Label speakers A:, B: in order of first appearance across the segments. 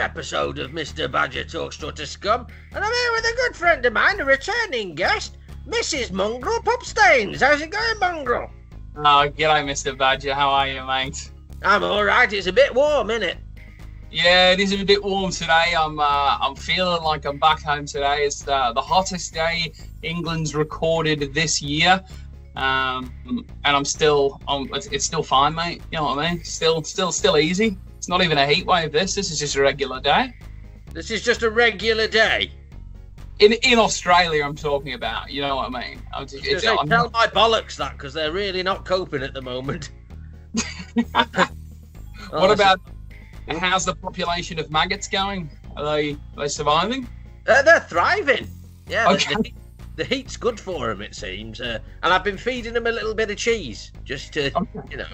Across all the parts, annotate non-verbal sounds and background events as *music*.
A: episode of Mr. Badger Talks to Utter Scum, and I'm here with a good friend of mine, a returning guest, Mrs. Mongrel Pupstains. How's it going, Mongrel?
B: Oh, g'day, Mr. Badger. How are you, mate?
A: I'm all right. It's a bit warm, isn't it?
B: Yeah, it is a bit warm today. I'm uh, I'm feeling like I'm back home today. It's uh, the hottest day England's recorded this year, um, and I'm still um, it's, it's still fine, mate. You know what I mean? Still, still, still easy. It's not even a heat wave. This this is just a regular day.
A: This is just a regular day.
B: In in Australia, I'm talking about. You know what I mean? I'm just,
A: Just
B: it's,
A: say,
B: I'm-
A: tell my bollocks that because they're really not coping at the
B: *laughs*
A: moment. Oh,
B: what about how's the population of maggots going? Are they are they surviving?
A: Uh, they're thriving. Yeah, the- the,
B: Okay.
A: heat, the heat's good for them, it seems. Uh, and I've been feeding them a little bit of cheese just to,
B: Okay.
A: you know.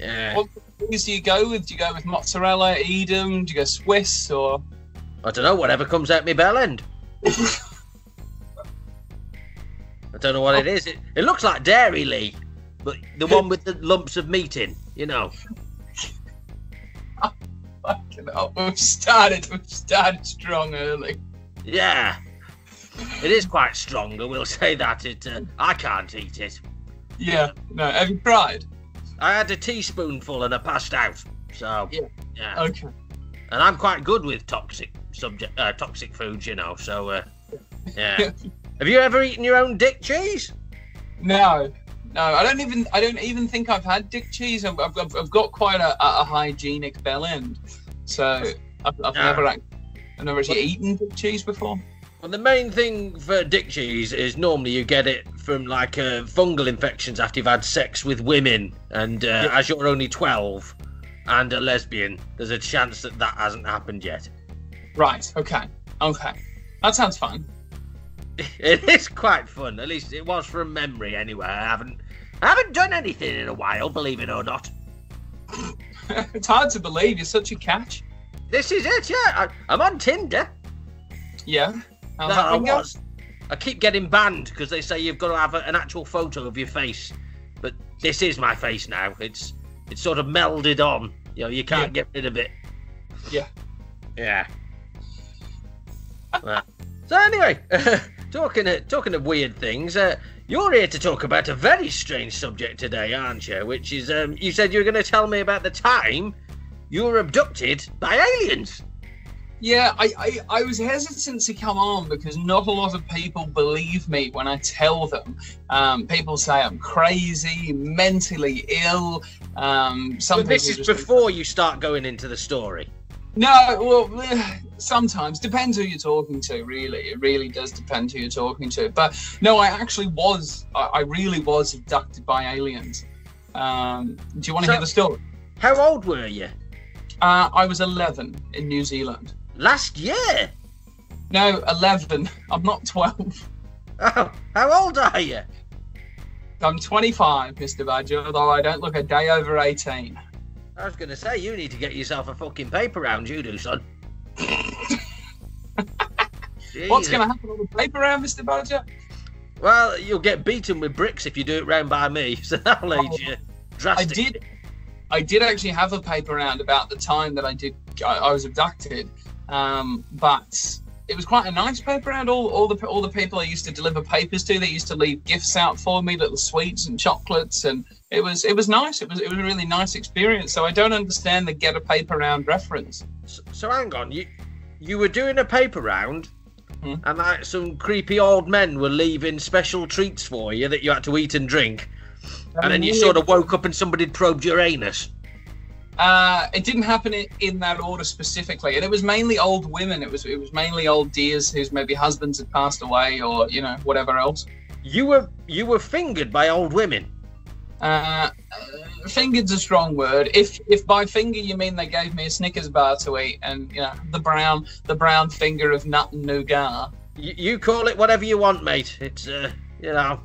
A: Yeah.
B: What things do you go with? Do you go with mozzarella, Edam? Do you go Swiss or?
A: I don't know, whatever comes out my bell end.
B: *laughs*
A: I don't know what it is. It, it looks like Dairy Lee, but the one with the lumps of meat in, you know.
B: Fucking hell, Oh, we've started, we've started strong early.
A: Yeah. It is quite strong, I will say that. It, uh, I can't eat it.
B: Yeah, no, have you tried?
A: I had a teaspoonful and I passed out. So,
B: Yeah.
A: yeah.
B: Okay.
A: and I'm quite good with toxic subject, uh, toxic foods, you know. So,
B: *laughs*
A: uh, yeah. Have you ever eaten your own dick cheese?
B: No, no, I don't even, I don't even think I've had dick cheese. I've, I've, I've- I've got quite a, a a hygienic bell end, so I've, I've
A: Yeah.
B: never, act- I've never actually eaten dick cheese before.
A: Well, the main thing for dick cheese is normally you get it from like uh, fungal infections after you've had sex with women, and uh,
B: Yeah.
A: as you're only twelve and a lesbian, there's a chance that that hasn't happened yet. *laughs*
B: Right. Okay. Okay. That sounds fun. *laughs*
A: it is quite fun. At least it was from memory, anyway. I haven't, I haven't done anything in a while, believe it or not.
B: it's hard to believe you're such a catch.
A: This is it, yeah. I, I'm on Tinder.
B: Yeah. How's
A: No, I
B: been going?
A: was. I keep getting banned because they say you've got to have a, an actual photo of your face, but this is my face now. It's it's sort of melded on. You know, you can't get rid of it.
B: Yeah.
A: Yeah.
B: *laughs*
A: Well, so anyway, *laughs* talking of, talking of weird things, uh, you're here to talk about a very strange subject today, aren't you? Which is, um, you said you were going to tell me about the time you were abducted by aliens.
B: Yeah, I, I, I was hesitant to come on because not a lot of people believe me when I tell them. Um, people say I'm crazy, mentally ill. Um, some
A: But this
B: people
A: is
B: just-
A: before you start going into the story.
B: No, well, eh, sometimes depends who you're talking to. Really, it really does depend who you're talking to. But no, I actually was, I, I really was abducted by aliens. Um, do you want to
A: So-
B: hear the story?
A: How old were you?
B: Uh, I was 11 in New Zealand.
A: Last year?
B: No, 11. *laughs* I'm not 12.
A: Oh, how old are you?
B: I'm 25, Mr. Badger, although I don't look a day over 18.
A: I was going to say, you need to get yourself a fucking paper round, you do,
B: *laughs*
A: son.
B: What's
A: Jesus.
B: going to happen on the paper round, Mr. Badger?
A: Well, you'll get beaten with bricks if you do it round by me, *laughs* so that'll
B: Oh,
A: age you
B: I
A: drastically.
B: did, I did actually have a paper round about the time that I did, I, I was abducted, um, but it was quite a nice paper round. All, all the all the people I used to deliver papers to, they used to leave gifts out for me, little sweets and chocolates, and it was it was nice. It was it was a really nice experience. So I don't understand the get a paper round reference.
A: So, so hang on, you you were doing a paper round,
B: Hmm.
A: and like some creepy old men were leaving special treats for you that you had to eat and drink, and then you sort of woke up and somebody had probed your anus.
B: Uh, it didn't happen in, in that order specifically, and it was mainly old women. It was it was mainly old dears whose maybe husbands had passed away, or you know whatever else.
A: You were you were fingered by old women.
B: Uh, uh, fingered's a strong word. If if by finger you mean they gave me a Snickers bar to eat, and you know the brown the brown finger of nut and nougat.
A: You, you call it whatever you want, mate. It's uh, you know,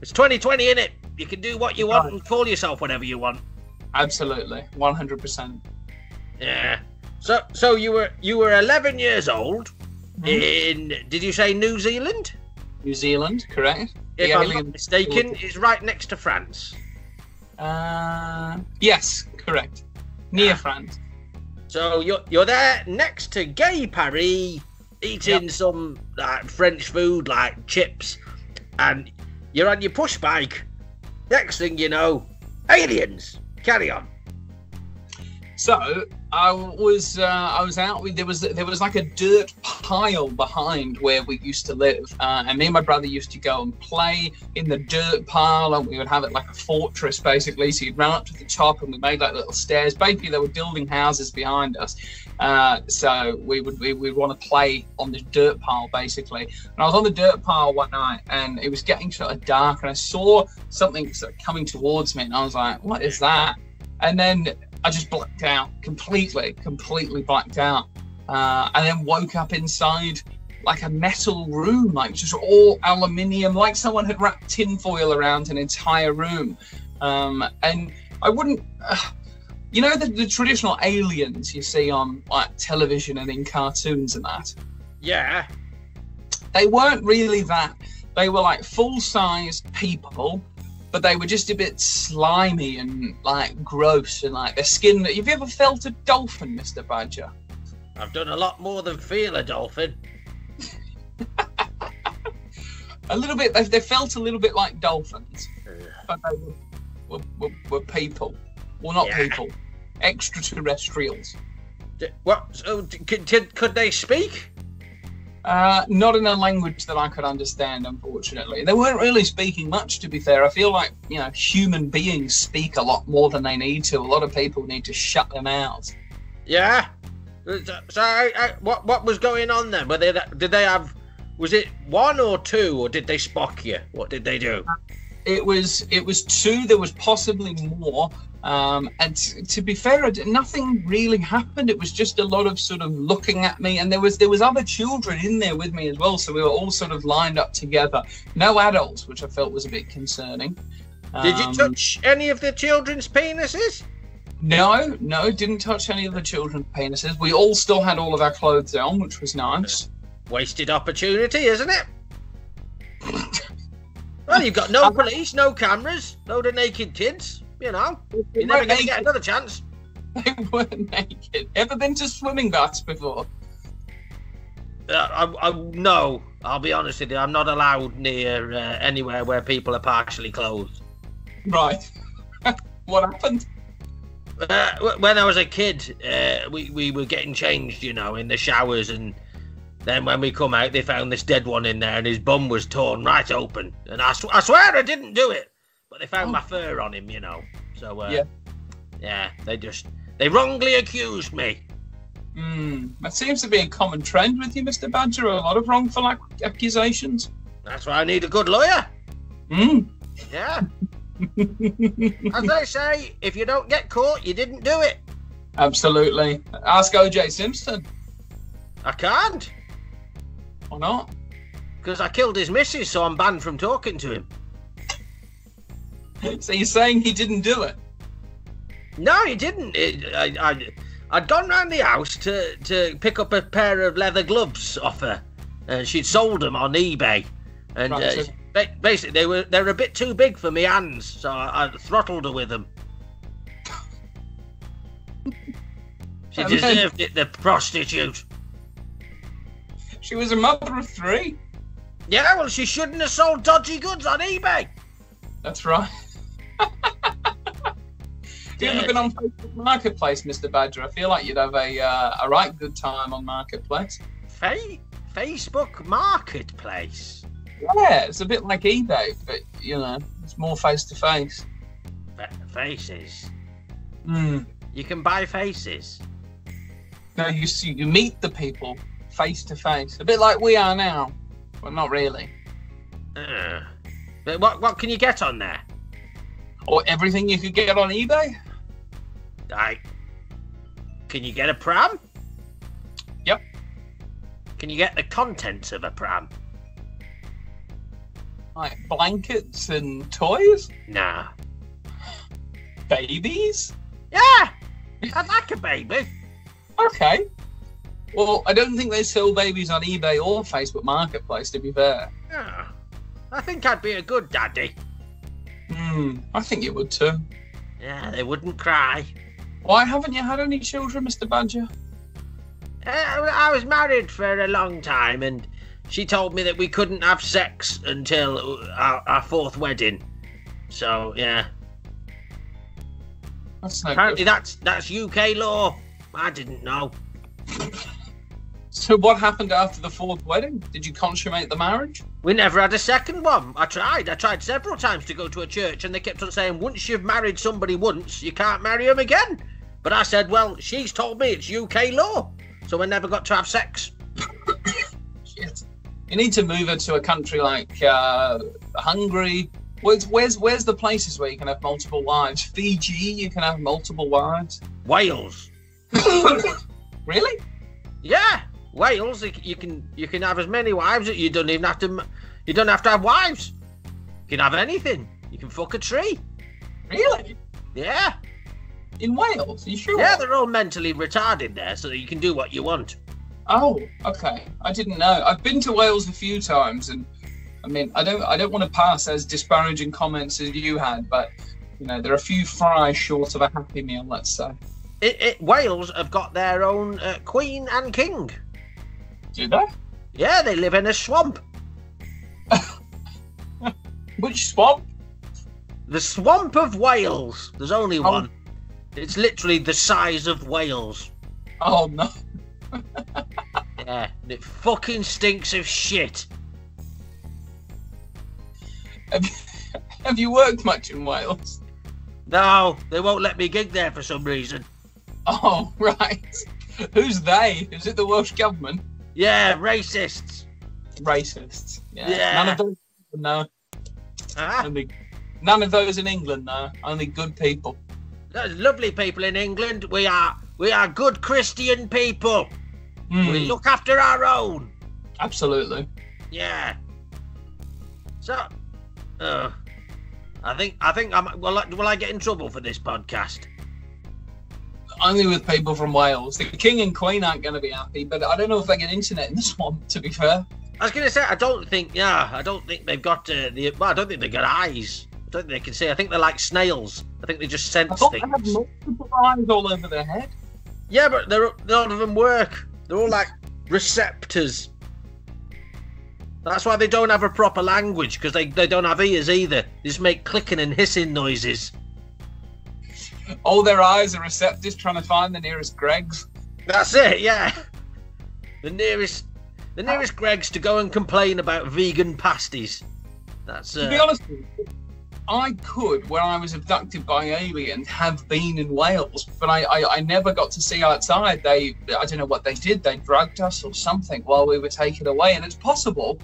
A: it's 2020 in it. You can do what you want and call yourself whatever you want.
B: Absolutely, one hundred percent.
A: Yeah. So so you were you were 11 years old
B: Mm-hmm.
A: in did you say New Zealand?
B: New Zealand, correct?
A: If
B: Yeah,
A: I'm
B: New
A: not
B: Zealand.
A: mistaken, it's right next to France.
B: Uh, yes, correct. Near
A: Yeah.
B: France.
A: So you're you're there next to Gay Parry, eating some like French food like chips, and you're on your push bike. Next thing you know, aliens. Carry on.
B: So I was uh, I was out with there was there was like a dirt pile behind where we used to live, uh, and me and my brother used to go and play in the dirt pile, and we would have it like a fortress basically. So you'd run up to the top, and we made like little stairs. Basically, they were building houses behind us, uh, so we would we would want to play on the dirt pile basically. And I was on the dirt pile one night, and it was getting sort of dark, and I saw something sort of coming towards me, and I was like, "What is that?" And then I just blacked out completely, completely blacked out, uh, and then woke up inside like a metal room, like just all aluminium, like someone had wrapped tinfoil around an entire room. Um, and I wouldn't, uh, you know, the, the traditional aliens you see on like television and in cartoons and that.
A: Yeah.
B: They weren't really that. They were like full-sized people but they were just a bit slimy and like gross and like their skin. Have you ever felt a dolphin, Mr. Badger?
A: I've done a lot more than feel a dolphin.
B: A little bit, they, they felt a little bit like dolphins, but they were, were, were, were people. Well, not
A: Yeah.
B: people, extraterrestrials.
A: D- What? So d- could, did- could they speak?
B: Uh, not in a language that I could understand, unfortunately. They weren't really speaking much, to be fair. I feel like, you know, human beings speak a lot more than they need to. A lot of people need to shut their mouths.
A: Yeah. So, so I, I, what what was going on then? Were they that- did they have? Was it one or two, or did they spock you? What did they do?
B: it was it was two there was possibly more um, and t- to be fair I d- nothing really happened it was just a lot of sort of looking at me and there was there was other children in there with me as well so we were all sort of lined up together no adults which i felt was a bit concerning
A: Did you
B: Um,
A: touch any of the children's penises?
B: no no didn't touch any of the children's penises we all still had all of our clothes on which was nice
A: Wasted opportunity, isn't it? well, you've got no police, no cameras, load of naked kids. You know, you're never going to get another chance.
B: they weren't naked ever been to swimming baths before
A: Uh, I, I, no, I'll be honest with you. I'm not allowed near uh, anywhere where people are partially clothed.
B: right *laughs* what happened
A: Uh, wh- when I was a kid, uh, we we were getting changed, you know, in the showers, and then when we come out, they found this dead one in there, and his bum was torn right open. And I, sw- I swear I didn't do it, but they found
B: Oh.
A: my fur on him, you know. So uh,
B: Yeah.
A: yeah, they just they wrongly accused me.
B: Mm, that seems to be a common trend with you, Mr. Badger. A lot of wrongful ac- accusations.
A: That's why I need a good lawyer.
B: Mm.
A: Yeah, as they say, if you don't get caught, you didn't do it.
B: *laughs* Absolutely. Ask OJ Simpson
A: I can't.
B: or not. *laughs*
A: Because I killed his missus, so I'm banned from talking to him.
B: So you're saying he didn't do it?
A: No, he didn't. It, I, I, I'd gone round the house to, to pick up a pair of leather gloves off her, and she'd sold them on eBay. And
B: Right,
A: uh,
B: so-
A: ba- basically, they were they were a bit too big for me hands, so I, I throttled her with
B: *laughs*
A: them. she
B: And then-
A: deserved it, the prostitute.
B: She was a mother of three.
A: Yeah, well, she shouldn't have sold dodgy goods on eBay.
B: That's right. If you ever
A: Yeah.
B: been on Facebook Marketplace, Mr. Badger? I feel like you'd have a uh, a right good time on Marketplace.
A: Fa- Facebook Marketplace.
B: Yeah, it's a bit like eBay, but you know, it's more face to face.
A: Fa- faces.
B: Mm.
A: You can buy faces.
B: No, you see, you meet the people face to face, a bit like we are now, but not really.
A: Uh, but what what can you get on there?
B: Or everything you could get on eBay.
A: Like, can you get a pram?
B: Yep.
A: Can you get the contents of a pram?
B: like blankets and toys,
A: Nah.
B: babies.
A: Yeah. I'd like a baby.
B: Okay. Well, I don't think they sell babies on eBay or Facebook Marketplace. To be fair,
A: Yeah. I think I'd be a good daddy.
B: hmm, I think you would too.
A: Yeah, they wouldn't cry.
B: Why haven't you had any children, Mr. Badger?
A: Uh, I was married for a long time, and she told me that we couldn't have sex until our, our fourth wedding. So yeah,
B: That's no
A: apparently
B: good.
A: that's that's UK law. I didn't know.
B: So what happened after the fourth wedding? Did you consummate the marriage?
A: We never had a second one. I tried. I tried several times to go to a church, and they kept on saying, once you've married somebody once, you can't marry them again. But I said, well, she's told me it's UK law, so I never got to have sex.
B: Shit. You need to move her to a country like uh, Hungary. Where's, where's where's the places where you can have multiple wives? Fiji, you can have multiple wives.
A: Wales.
B: *laughs* really?
A: Yeah, Wales. You c- You can you can have as many wives that you don't even have to. m- You don't have to have wives. You can have anything. You can fuck a tree.
B: Really?
A: Yeah,
B: In Wales? you sure?
A: yeah. They're all mentally retarded there, so that you can do what you want.
B: Oh, okay. I didn't know. I've been to Wales a few times, and I mean, I don't, I don't want to pass as disparaging comments as you had, but you know, there are a few fries short of a happy meal, let's say.
A: It, it, Wales have got their own uh, queen and king.
B: Do they?
A: Yeah, they live in a swamp.
B: Which swamp?
A: The swamp of Wales. There's only
B: Oh.
A: one. It's literally the size of Wales.
B: Oh no. *laughs*
A: Yeah, and it fucking stinks of shit.
B: Have you, have you worked much in Wales?
A: No, they won't let me gig there for some reason.
B: Oh *laughs* right. Who's they? Is it the Welsh government?
A: Yeah, racists.
B: Racists. Yeah.
A: Yeah.
B: None of those. No.
A: Ah,
B: Only, none of those in England. No. Only good people.
A: there's lovely people in England. We are we are good Christian people.
B: Mm,
A: We look after our own.
B: absolutely.
A: Yeah. So, uh, I think I think I'm. Will I, will I get in trouble for this podcast?
B: only with people from Wales. The king and queen aren't going to be happy, but I don't know if they get internet in this *laughs* one. To be fair,
A: I was going to say, I don't think, yeah, I don't think they've got uh, the. Well, I don't think they've got eyes. I don't think they can see. I think they're like snails. I think they just
B: I
A: sense
B: thought Oh, they
A: things.
B: had multiple eyes all over their head.
A: Yeah, but they're, none of them work. They're all like receptors. That's why they don't have a proper language, because they, they don't have ears either. They just make clicking and hissing noises.
B: All their eyes are receptors, trying to find the nearest Greg's.
A: That's it, yeah. The nearest. The nearest Greg's to go and complain about vegan pasties. That's
B: To be
A: uh,
B: honest, with you, I could, when I was abducted by aliens, have been in Wales, but I, I, I never got to see outside. They, I don't know what they did. They drugged us or something while we were taken away, and it's possible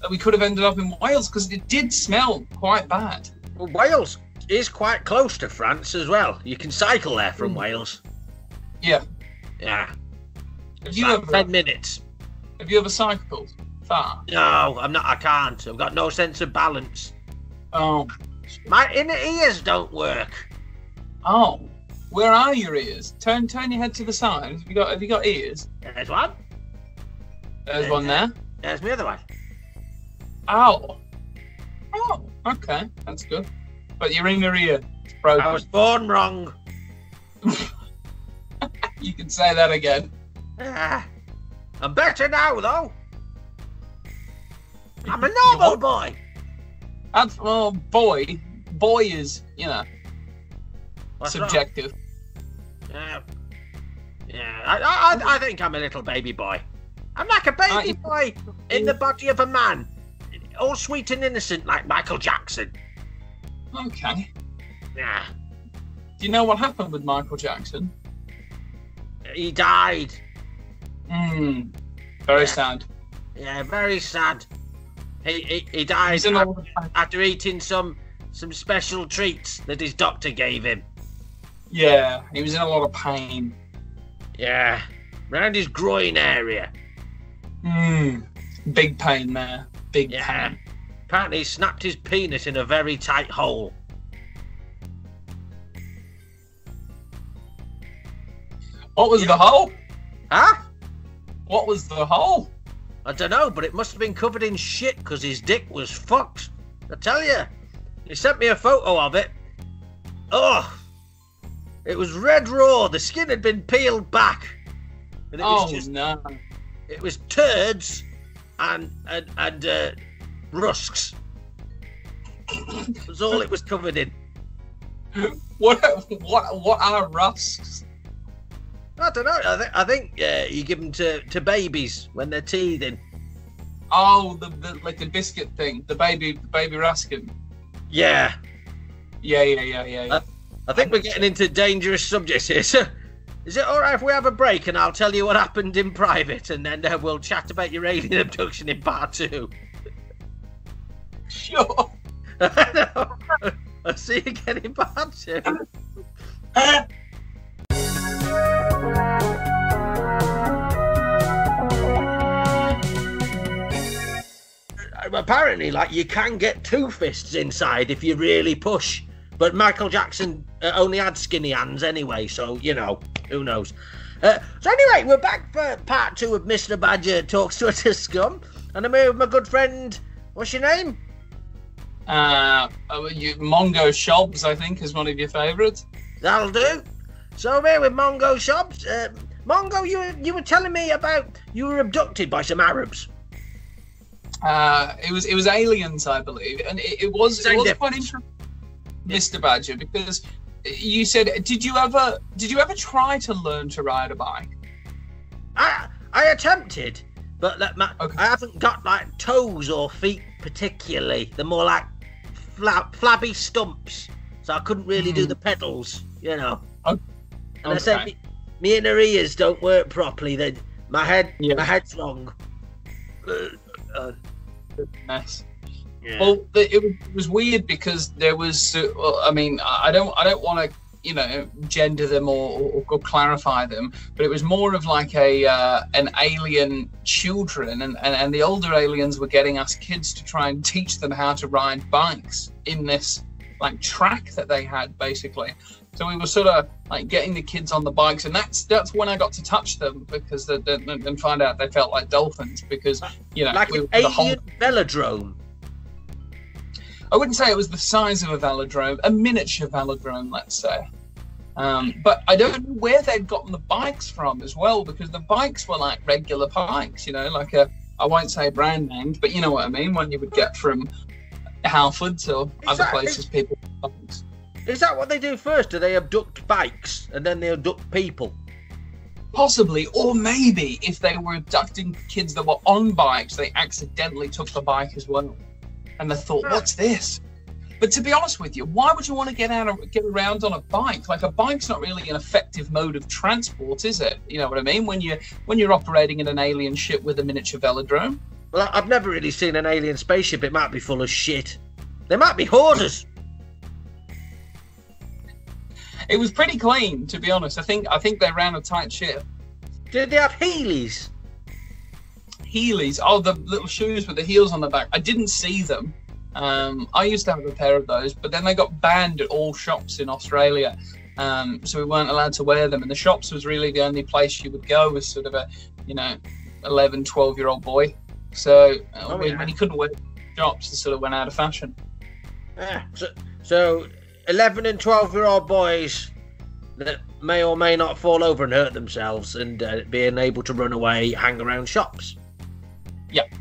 B: that we could have ended up in Wales because it did smell quite bad.
A: Wales is quite close to France as well. You can cycle there from
B: Mm.
A: Wales.
B: Yeah.
A: Yeah.
B: Have
A: It's
B: you
A: like
B: ever-
A: ten minutes.
B: Have you ever cycled far?
A: No, I'm not. I can't. I've got no sense of balance.
B: Oh,
A: My inner ears don't work.
B: oh, where are your ears? Turn, turn your head to the side. Have you got, have you got ears?
A: There's one.
B: There's one there.
A: There's the other one.
B: Ow. Oh, okay, that's good. But your inner ear is broken.
A: I was born wrong.
B: You can say that again.
A: Ah. I'm better now, though. I'm
B: *laughs*
A: a
B: You're
A: normal
B: what?
A: boy.
B: That's well, boy, boy is you know
A: What's wrong?
B: subjective.
A: Yeah. Yeah. I, I, I- I think I'm a little baby boy. I'm like a baby boy in the body of a man, all sweet and innocent, like Michael Jackson.
B: Okay.
A: Yeah.
B: Do you know what happened with Michael Jackson?
A: He died.
B: Hmm. Very
A: Yeah.
B: sad.
A: Yeah, very sad. He he, he died
B: He's in all the-
A: after eating some some special treats that his doctor gave him.
B: yeah, he was in a lot of pain.
A: Yeah, round his groin area.
B: Hmm. Big pain there. Big
A: Yeah.
B: pain.
A: Apparently, he snapped his penis in a very tight hole.
B: What was the hole?
A: Huh?
B: What was the hole?
A: I don't know, but it must have been covered in shit because his dick was fucked. I tell you, he sent me a photo of it. Oh, It was red raw. The skin had been peeled back, and it
B: Oh
A: was just
B: no!
A: it was turds and and and uh, rusks. That was all it was covered in.
B: What what what are rusks?
A: I don't know. I, th- I think uh, you give them to, to babies when they're teething.
B: Oh, the, the like the biscuit thing, the baby the baby raskin.
A: Yeah,
B: Yeah, yeah, yeah, yeah. yeah.
A: Uh, I think we're getting into dangerous subjects here. *laughs* So, is it all right if we have a break and I'll tell you what happened in private, and then uh, we'll chat about your alien *laughs* abduction in part two?
B: *laughs*
A: *laughs*
B: sure.
A: I'll see you again in part two.
B: Uh,
A: Um, apparently, like you can get two fists inside if you really push. But Michael Jackson uh, only had skinny hands anyway, so you know who knows. Uh, so anyway, we're back for part two of Mr. Badger talks to a scum, and I'm here with my good friend. What's your name?
B: Uh, oh, you, Mongo Shops, I think, is one of your favourites.
A: That'll do. So I'm here with Mongo Shops. Uh, Mongo, you were, you were telling me about you were abducted by some Arabs.
B: Uh, it was it was aliens, I believe, and it, it was
A: Same
B: it was
A: difference.
B: quite interesting, Mister Badger, because you said, did you ever did you ever try to learn to ride a bike?
A: I I attempted, but that my,
B: Okay.
A: I haven't got like toes or feet particularly. They're more like flab, flabby stumps, so I couldn't really do
B: Hmm.
A: the pedals, you know.
B: Oh,
A: And I said,
B: okay.
A: me, me inner ears don't work properly. Then my head,
B: Yeah.
A: my head's wrong. Uh,
B: Yes.
A: yeah.
B: Well, the, it, was, it was weird because there was. Uh, well, I mean, I I don't, I don't want to, you know, gender them or, or, or clarify them, but it was more of like a uh, an alien children, and, and and the older aliens were getting us kids to try and teach them how to ride bikes in this like track that they had basically. So we were sort of like getting the kids on the bikes, and that's that's when I got to touch them because the, the, and find out they felt like dolphins because you know
A: like
B: we-
A: an
B: the
A: alien
B: whole
A: velodrome.
B: I wouldn't say it was the size of a velodrome, a miniature velodrome, let's say. Um, but I don't know where they'd gotten the bikes from as well, because the bikes were like regular bikes, you know, like a I won't say brand names, but you know what I mean, one you would get from Halfords or other
A: Exactly.
B: places people. get bikes.
A: Is that what they do first? Do they abduct bikes and then they abduct people?
B: Possibly, or maybe if they were abducting kids that were on bikes, they accidentally took the bike as well, and they thought, "What's this?" But to be honest with you, why would you want to get out of, get around on a bike? Like a bike's not really an effective mode of transport, is it? You know what I mean? When you when you're operating in an alien ship with a miniature velodrome,
A: Well, I- I've never really seen an alien spaceship. It might be full of shit. They might be hoarders.
B: it was pretty clean, to be honest. I think I think they ran a tight ship.
A: Did they have Heelys?
B: Heelys. Oh, the little shoes with the heels on the back. I didn't see them. Um, I used to have a pair of those, but then they got banned at all shops in Australia. Um, so we weren't allowed to wear them. And the shops was really the only place you would go as sort of a, you know, 11, 12 year old boy. So uh,
A: Oh,
B: when,
A: yeah.
B: when he couldn't wear them in shops, it sort of went out of fashion.
A: Ah, so, so, 11 and 12 year old boys that may or may not fall over and hurt themselves and uh, being able to run away, hang around shops.
B: Yep.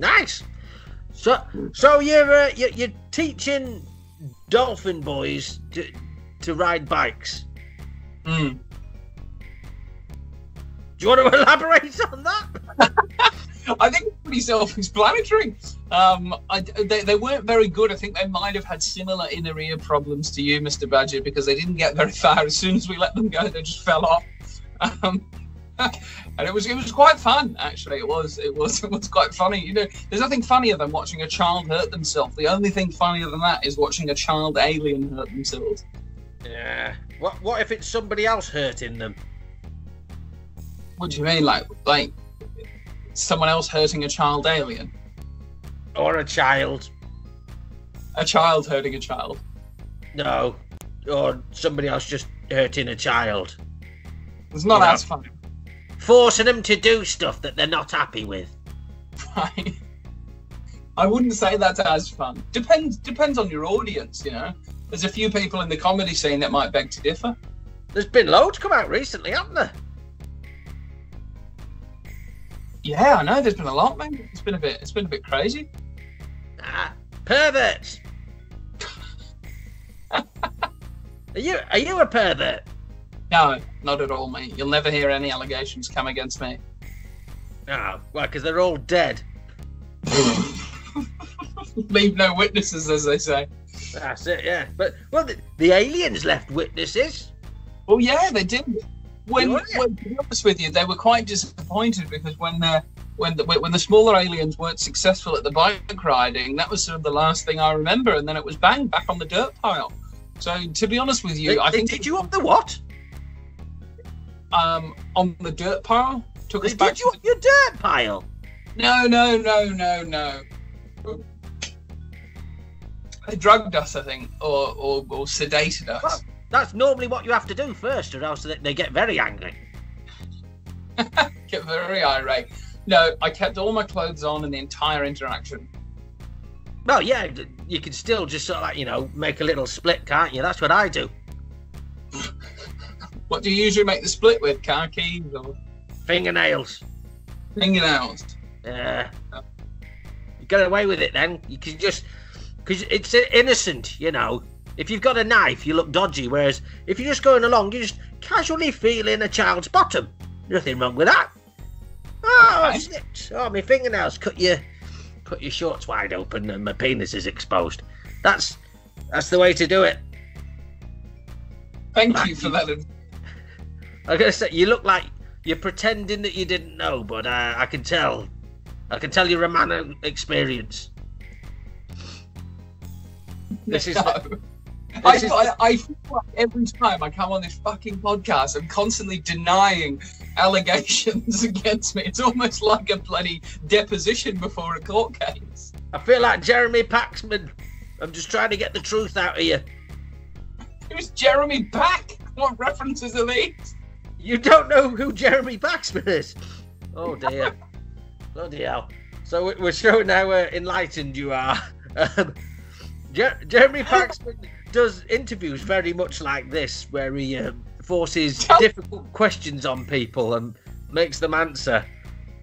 A: Nice. So, so you're, uh, you're, you're teaching dolphin boys to, to ride bikes.
B: Mm.
A: Do you want to *laughs* elaborate on that?
B: I think it's pretty self-explanatory. Um, I, they, they weren't very good. I think they might have had similar inner ear problems to you, Mr. Badger, because they didn't get very far. As soon as we let them go, they just fell off. Um, *laughs* and it was it was quite fun, actually. It was it was *laughs* it was quite funny. You know, there's nothing funnier than watching a child hurt themselves. The only thing funnier than that is watching a child alien hurt themselves.
A: Yeah. What What if it's somebody else hurting them?
B: What do you mean, like like someone else hurting a child alien?
A: Or a child?
B: A child hurting a child?
A: No. Or somebody else just hurting a child?
B: It's not
A: Yeah.
B: as funny.
A: Forcing them to do stuff that they're not happy with.
B: *laughs* Right. I wouldn't say that's as fun. Depends depends on your audience, you know. there's a few people in the comedy scene that might beg to differ.
A: There's been loads come out recently, haven't there?
B: Yeah, I know. There's been a lot, man. It's been a bit. It's been a bit crazy.
A: Ah, perverts. *laughs* are you are you a pervert?
B: No, not at all, mate. You'll never hear any allegations come against me.
A: No, Ah, well, because they're all dead.
B: Leave no witnesses, as they say.
A: That's it, yeah. But well, the, the aliens left witnesses.
B: Well, yeah, they did. When,
A: Yeah, yeah.
B: when to be honest with you, they were quite disappointed because when the when the when the smaller aliens weren't successful at the bike riding, that was sort of the last thing I remember, and then it was bang back on the dirt pile. So to be honest with you,
A: They,
B: I
A: they
B: think
A: did you up the what?
B: um on the dirt pile took
A: They
B: us back.
A: did you
B: to
A: up your dirt pile?
B: the- No, no, no, no, no. They drugged us, I think, or or, or sedated us.
A: Well, That's normally what you have to do first, or else they, they get very angry.
B: get very irate. No, I kept all my clothes on in the entire interaction.
A: Well, yeah, d- you can still just sort of like you know make a little split, can't you? That's what I do.
B: What do you usually make the split with? Car keys or
A: Fingernails.
B: fingernails?
A: Yeah. You Uh, get away with it then. You can just because it's innocent, you know. If you've got a knife, you look dodgy. Whereas if you're just going along, you're just casually feeling a child's bottom. Nothing wrong with that. Oh
B: Okay.
A: shit! Oh, my fingernails cut your cut your shorts wide open, and my penis is exposed. That's that's the way to do it.
B: Thank you for that. ad-
A: I gotta say, you look like you're pretending that you didn't know, but uh, I can tell. I can tell you're a man of experience. *laughs* This is-
B: No. I,
A: This is-
B: I, I feel like every time I come on this fucking podcast, I'm constantly denying allegations *laughs* against me. It's almost like a bloody deposition before a court case.
A: I feel like Jeremy Paxman. I'm just trying to get the truth out of you.
B: It was Jeremy Pack. What references are these?
A: You don't know who Jeremy Paxman is. Oh dear. Bloody hell. So we- we're showing how uh, enlightened you are. Um, Jer- Jeremy Paxman does interviews very much like this, where he um, forces
B: Tell-
A: difficult questions on people and makes them answer.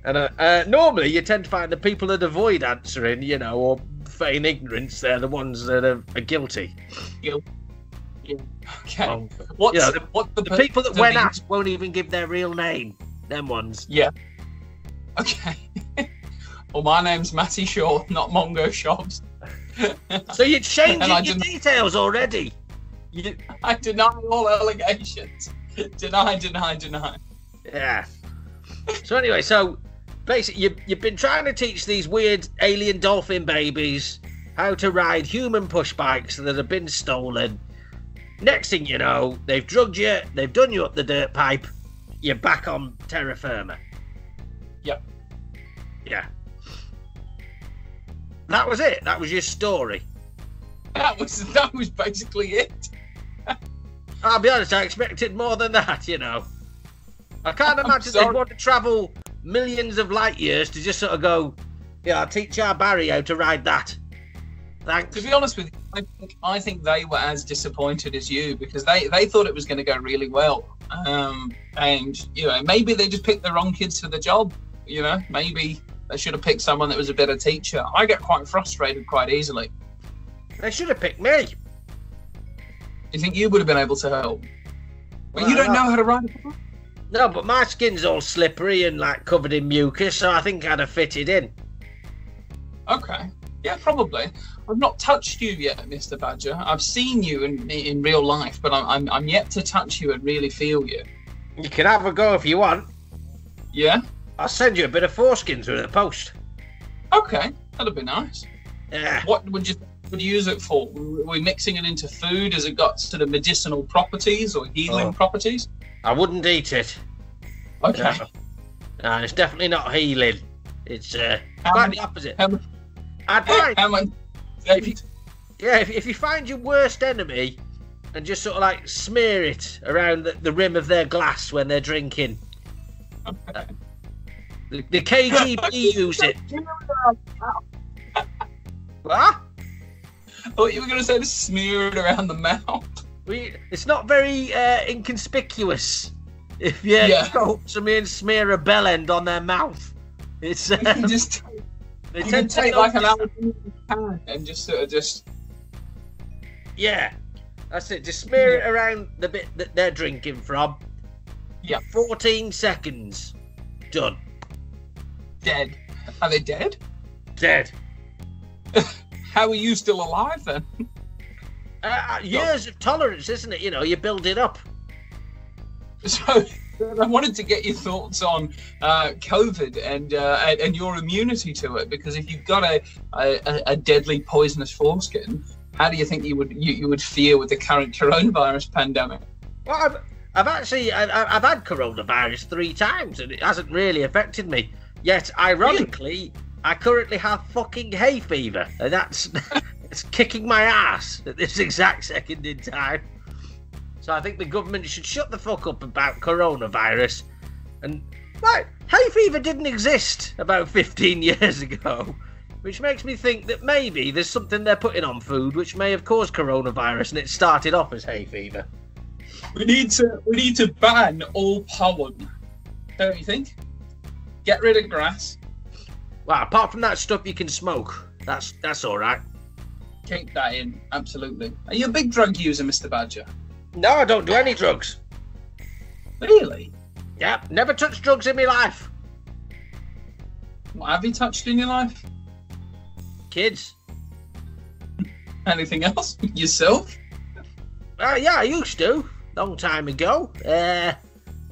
A: And uh, uh, normally, you tend to find the people that avoid answering, you know, or feign ignorance, they're the ones that are, are guilty.
B: Okay.
A: Um,
B: what's,
A: yeah,
B: the, what's the,
A: The
B: pur-
A: people that
B: the
A: when
B: lead-
A: asked won't even give their real name. Them
B: *laughs*
A: ones.
B: Okay. *laughs* well, my name's Matty Shaw, not Mongo Shops. *laughs*
A: So you're changing
B: And I
A: your
B: didn't-
A: details already. You...
B: I deny all allegations. *laughs* deny, deny, deny.
A: Yeah. So anyway, so basically, you, you've been trying to teach these weird alien dolphin babies how to ride human push bikes that have been stolen. Next thing you know, they've drugged you, they've done you up the dirt pipe, you're back on terra firma.
B: Yep.
A: Yeah. That was it. That was your story.
B: That was that was basically it.
A: I'll be honest, I expected more than that, you know. I can't
B: I'm
A: imagine
B: sorry.
A: they'd want to travel millions of light years to just sort of go, yeah, I'll teach our Barry how to ride that.
B: To
A: Thanks.
B: be honest with you, I think I think they were as disappointed as you because they they thought it was going to go really well. Um, and you know maybe they just picked the wrong kids for the job. You know maybe they should have picked someone that was a better teacher. I get quite frustrated quite easily.
A: They should have picked me.
B: You think you would have been able to help? Well,
A: Well,
B: you don't
A: I-
B: know how to ride a bike.
A: No, but my skin's all slippery and like covered in mucus, so I think I'd have fitted in.
B: Okay. Yeah, probably. I've not touched you yet, Mr. Badger. I've seen you in in real life, but I'm I'm, I'm yet to touch you and really feel you.
A: You can have a go if you want.
B: Yeah.
A: I'll send you a bit of foreskins with a post.
B: Okay. That'd be nice.
A: Yeah.
B: What would you would you use it for? Were we mixing it into food? Has it got sort of medicinal properties or healing
A: Oh.
B: properties?
A: I wouldn't eat it.
B: Okay.
A: No. No, it's definitely not healing. It's uh,
B: How,
A: quite
B: many-
A: the opposite.
B: how many-
A: I'd buy
B: how many-
A: If you- Yeah, if, if you find your worst enemy and just sort of like smear it around the, the rim of their glass when they're drinking. The, the
B: *laughs*
A: KGB use it. What?
B: thought you were going to say to smear it around the mouth.
A: We, it's not very uh, inconspicuous. If yeah,
B: Yeah.
A: you go up to me and smear a bell end on their mouth, it's um,
B: You can just
A: they
B: you can
A: tend to
B: take like an
A: notice-
B: aluminium can and just sort of just
A: Yeah, that's it. Just smear it around the bit that they're drinking from.
B: Yeah.
A: Fourteen seconds. Done.
B: dead. Are they dead?
A: Dead.
B: How are you still alive then?
A: Uh, uh, years of tolerance, isn't it? You know, you build it up.
B: *laughs* So I wanted to get your thoughts on uh, COVID and, uh, and and your immunity to it, because if you've got a a, a- a deadly poisonous foreskin, how do you think you would you, you would fare with the current coronavirus pandemic?
A: Well, I've, I've actually I, I- I've had coronavirus three times and it hasn't really affected me. Yet, ironically, I currently have fucking hay fever, and that's *laughs* it's kicking my ass at this exact second in time. So I think the government should shut the fuck up about coronavirus. And right, hay fever didn't exist about 15 *laughs* years ago, which makes me think that maybe there's something they're putting on food which may have caused coronavirus, and it started off as hay fever.
B: We need to we need to ban all pollen. Don't you think? Get rid of grass.
A: Well, apart from that stuff you can smoke. That's that's all right.
B: Keep that in. Absolutely. Are you a big drug user, Mr. Badger?
A: No, I don't do any drugs.
B: Really?
A: Yep, never touched drugs in my life.
B: What have you touched in your life?
A: Kids.
B: Anything else? *laughs* Yourself?
A: Uh, yeah, I used to. Long time ago. Uh,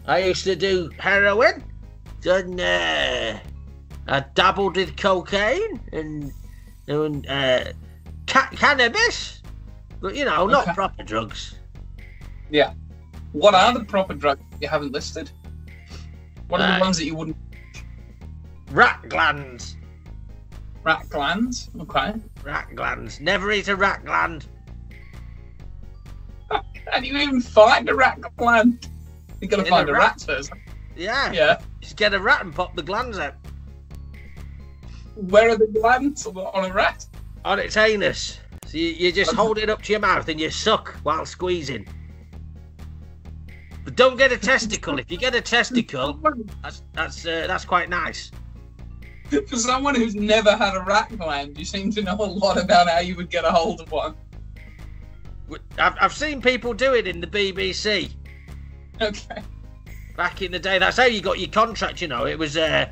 A: I used to do heroin. Done. Uh, I dabbled with cocaine and and uh, ca- cannabis, but you know, not
B: Okay.
A: proper drugs.
B: What are the proper drugs you haven't listed? What are
A: Uh,
B: the ones that you wouldn't?
A: Rat glands.
B: Rat glands. Okay.
A: Rat glands. Never eat a rat gland.
B: How do you even find a rat gland? You gotta
A: In a
B: find a
A: rat.
B: rat first.
A: Yeah.
B: Yeah.
A: Just get a rat and pop the glands out
B: Where are the glands on a rat? *laughs*
A: on its anus. So you, you just hold it up to your mouth and you suck while squeezing. But don't get a testicle. If you get a testicle, that's that's uh, that's quite nice.
B: For someone who's never had a rat gland, you seem to know a lot about how you would get a hold of one.
A: W- I've, I've seen people do it in the BBC
B: Okay. *laughs*
A: back in the day. That's how you got your contract. You know, it was uh,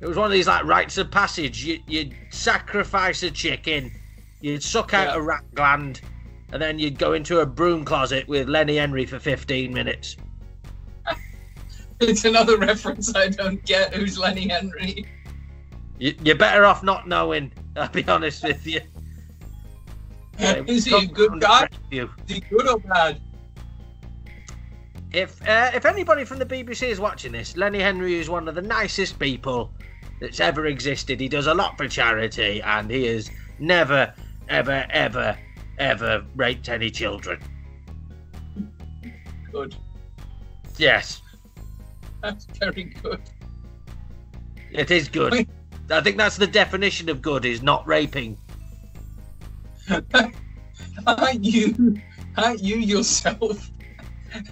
A: it was one of these like rites of passage. You you'd sacrifice a chicken, you'd suck out
B: Yeah.
A: a rat gland, and then you'd go into a broom closet with Lenny Henry for 15 minutes.
B: It's another reference I don't get. Who's Lenny Henry?
A: You- You're better off not knowing. I'll be honest with you. Um,
B: Is he a good guy?
A: You.
B: Is he good or bad?
A: If uh, if anybody from the BBC is watching this, Lenny Henry is one of the nicest people that's ever existed. He does a lot for charity, and he has never, ever, ever, ever raped any children.
B: Good.
A: Yes,
B: That's very good.
A: it is good. I think that's the definition of good: is not raping. *laughs*
B: Aren't you, aren't you yourself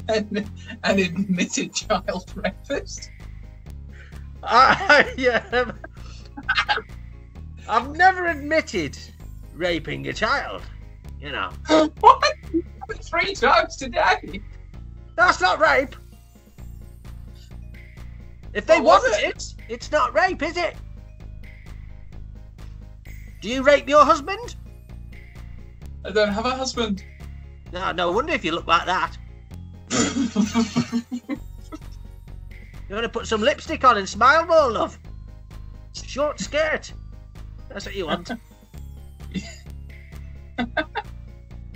B: an, an admitted child rapist?
A: I am. I've never admitted raping a child. You know,
B: what? Three times today.
A: that's not rape. If they
B: What was
A: want it, it's not rape, is it? Do you rape your husband?
B: I don't have
A: *laughs*
B: a husband.
A: No, no wonder if you look like that. You're gonna put some lipstick on and smile more, love. Short skirt. That's what you
B: *laughs*
A: want.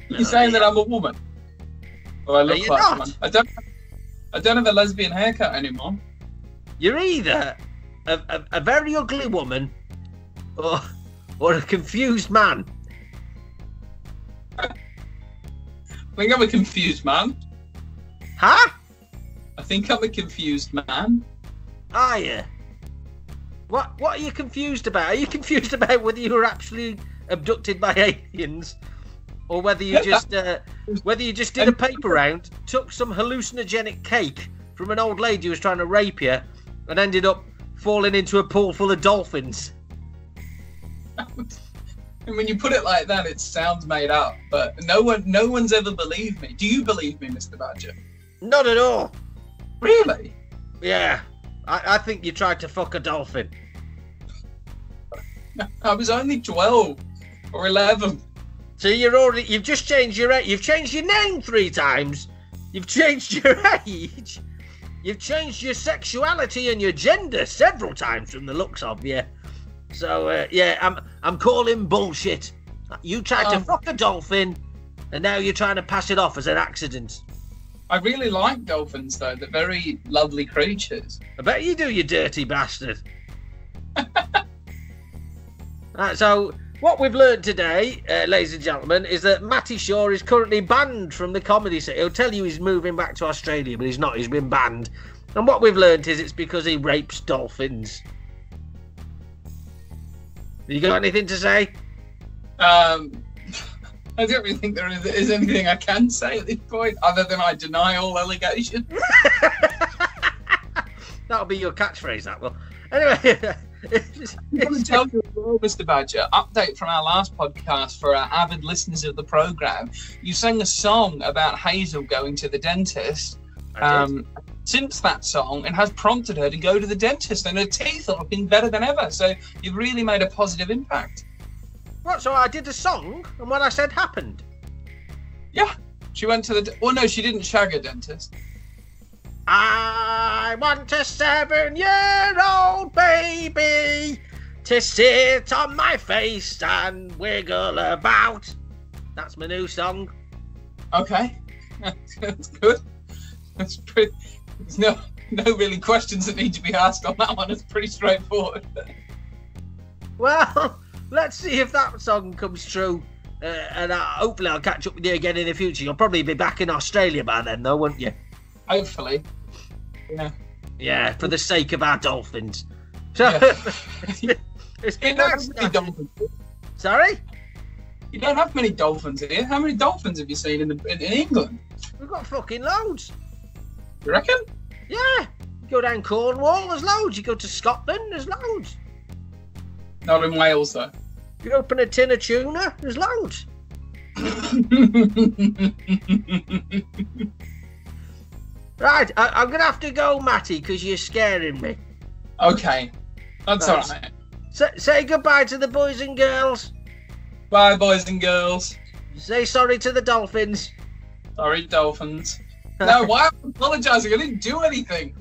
B: You're saying that I'm a woman. Well, I look
A: you're
B: like
A: not.
B: one. I don't. I don't have a lesbian haircut anymore.
A: You're either a, a, a very ugly woman or, or a confused man.
B: I think I'm a confused man.
A: Huh?
B: I think I'm a confused man.
A: Are you? What *laughs* What are you confused about? Are you confused about whether you were actually abducted by aliens or whether you just uh, whether you just did a paper round, took some hallucinogenic cake from an old lady who was trying to rape you, and ended up falling into a pool full of dolphins.
B: And when you put it like that, it sounds made up. But no one, no one's ever believed me. Do you believe me, Mr. Badger?
A: Not at all.
B: Really?
A: Yeah, I, I think you tried to fuck a dolphin.
B: *laughs* I was only twelve or eleven.
A: So you're already you've just changed your age. You've changed your name three times. You've changed your *laughs* age. You've changed your sexuality and your gender several times from the looks of you. So uh, yeah, I'm I'm calling bullshit. You tried to
B: Um,
A: fuck a dolphin, and now you're trying to pass it off as an accident.
B: I really like dolphins, though. They're very lovely creatures.
A: I bet you do, you dirty bastard. *laughs* Right, so, what we've learned today, uh, ladies and gentlemen, is that Matty Shaw is currently banned from the comedy scene. He'll tell you he's moving back to Australia, but he's not. He's been banned. And what we've learned is it's because he rapes dolphins. You got anything to say?
B: Um, *laughs* I don't really think there is, is anything I can say at this point, other than I deny all allegations. *laughs*
A: That'll be your catchphrase, that will. Anyway, *laughs* it's-
B: I want to tell you as well, Mr. Badger, update from our last podcast for our avid listeners of the program. You sang a song about Hazel going to the dentist. Um, since that song, it has prompted her to go to the dentist, and her teeth are looking better than ever. So you've really made a positive impact.
A: what? So I did a song, and what I said happened.
B: She went to the. De- well, no, she didn't shag a dentist.
A: I want a seven year old baby to sit on my face and wiggle about. That's my new song.
B: Okay, *laughs* that's good. That's pretty. There's no no really questions that need to be asked on that one. It's pretty straightforward.
A: Well, *laughs* let's see if that song comes true. Uh, and uh, hopefully, I'll catch up with you again in the future. You'll probably be back in Australia by then, though, won't you?
B: Hopefully.
A: Yeah, for the sake of our dolphins. *laughs* So,
B: Yeah.
A: it's
B: You
A: been
B: don't,
A: nice.
B: have many dolphins.
A: Sorry?
B: you don't have many dolphins here. How many dolphins have you seen in, the, in, in England?
A: We've got fucking loads.
B: You reckon?
A: Yeah. Go down Cornwall, there's loads. You go to Scotland, there's loads.
B: Not in Wales though. *laughs*
A: You open a tin of tuna, there's loads. Right, I- I'm gonna have to go, Matty, because you're scaring me.
B: okay, that's all
A: Thanks.
B: right.
A: Sa say goodbye to the boys and girls.
B: Bye, boys and girls.
A: Say sorry to the dolphins.
B: Sorry, dolphins. No, why am I apologising? I didn't do anything.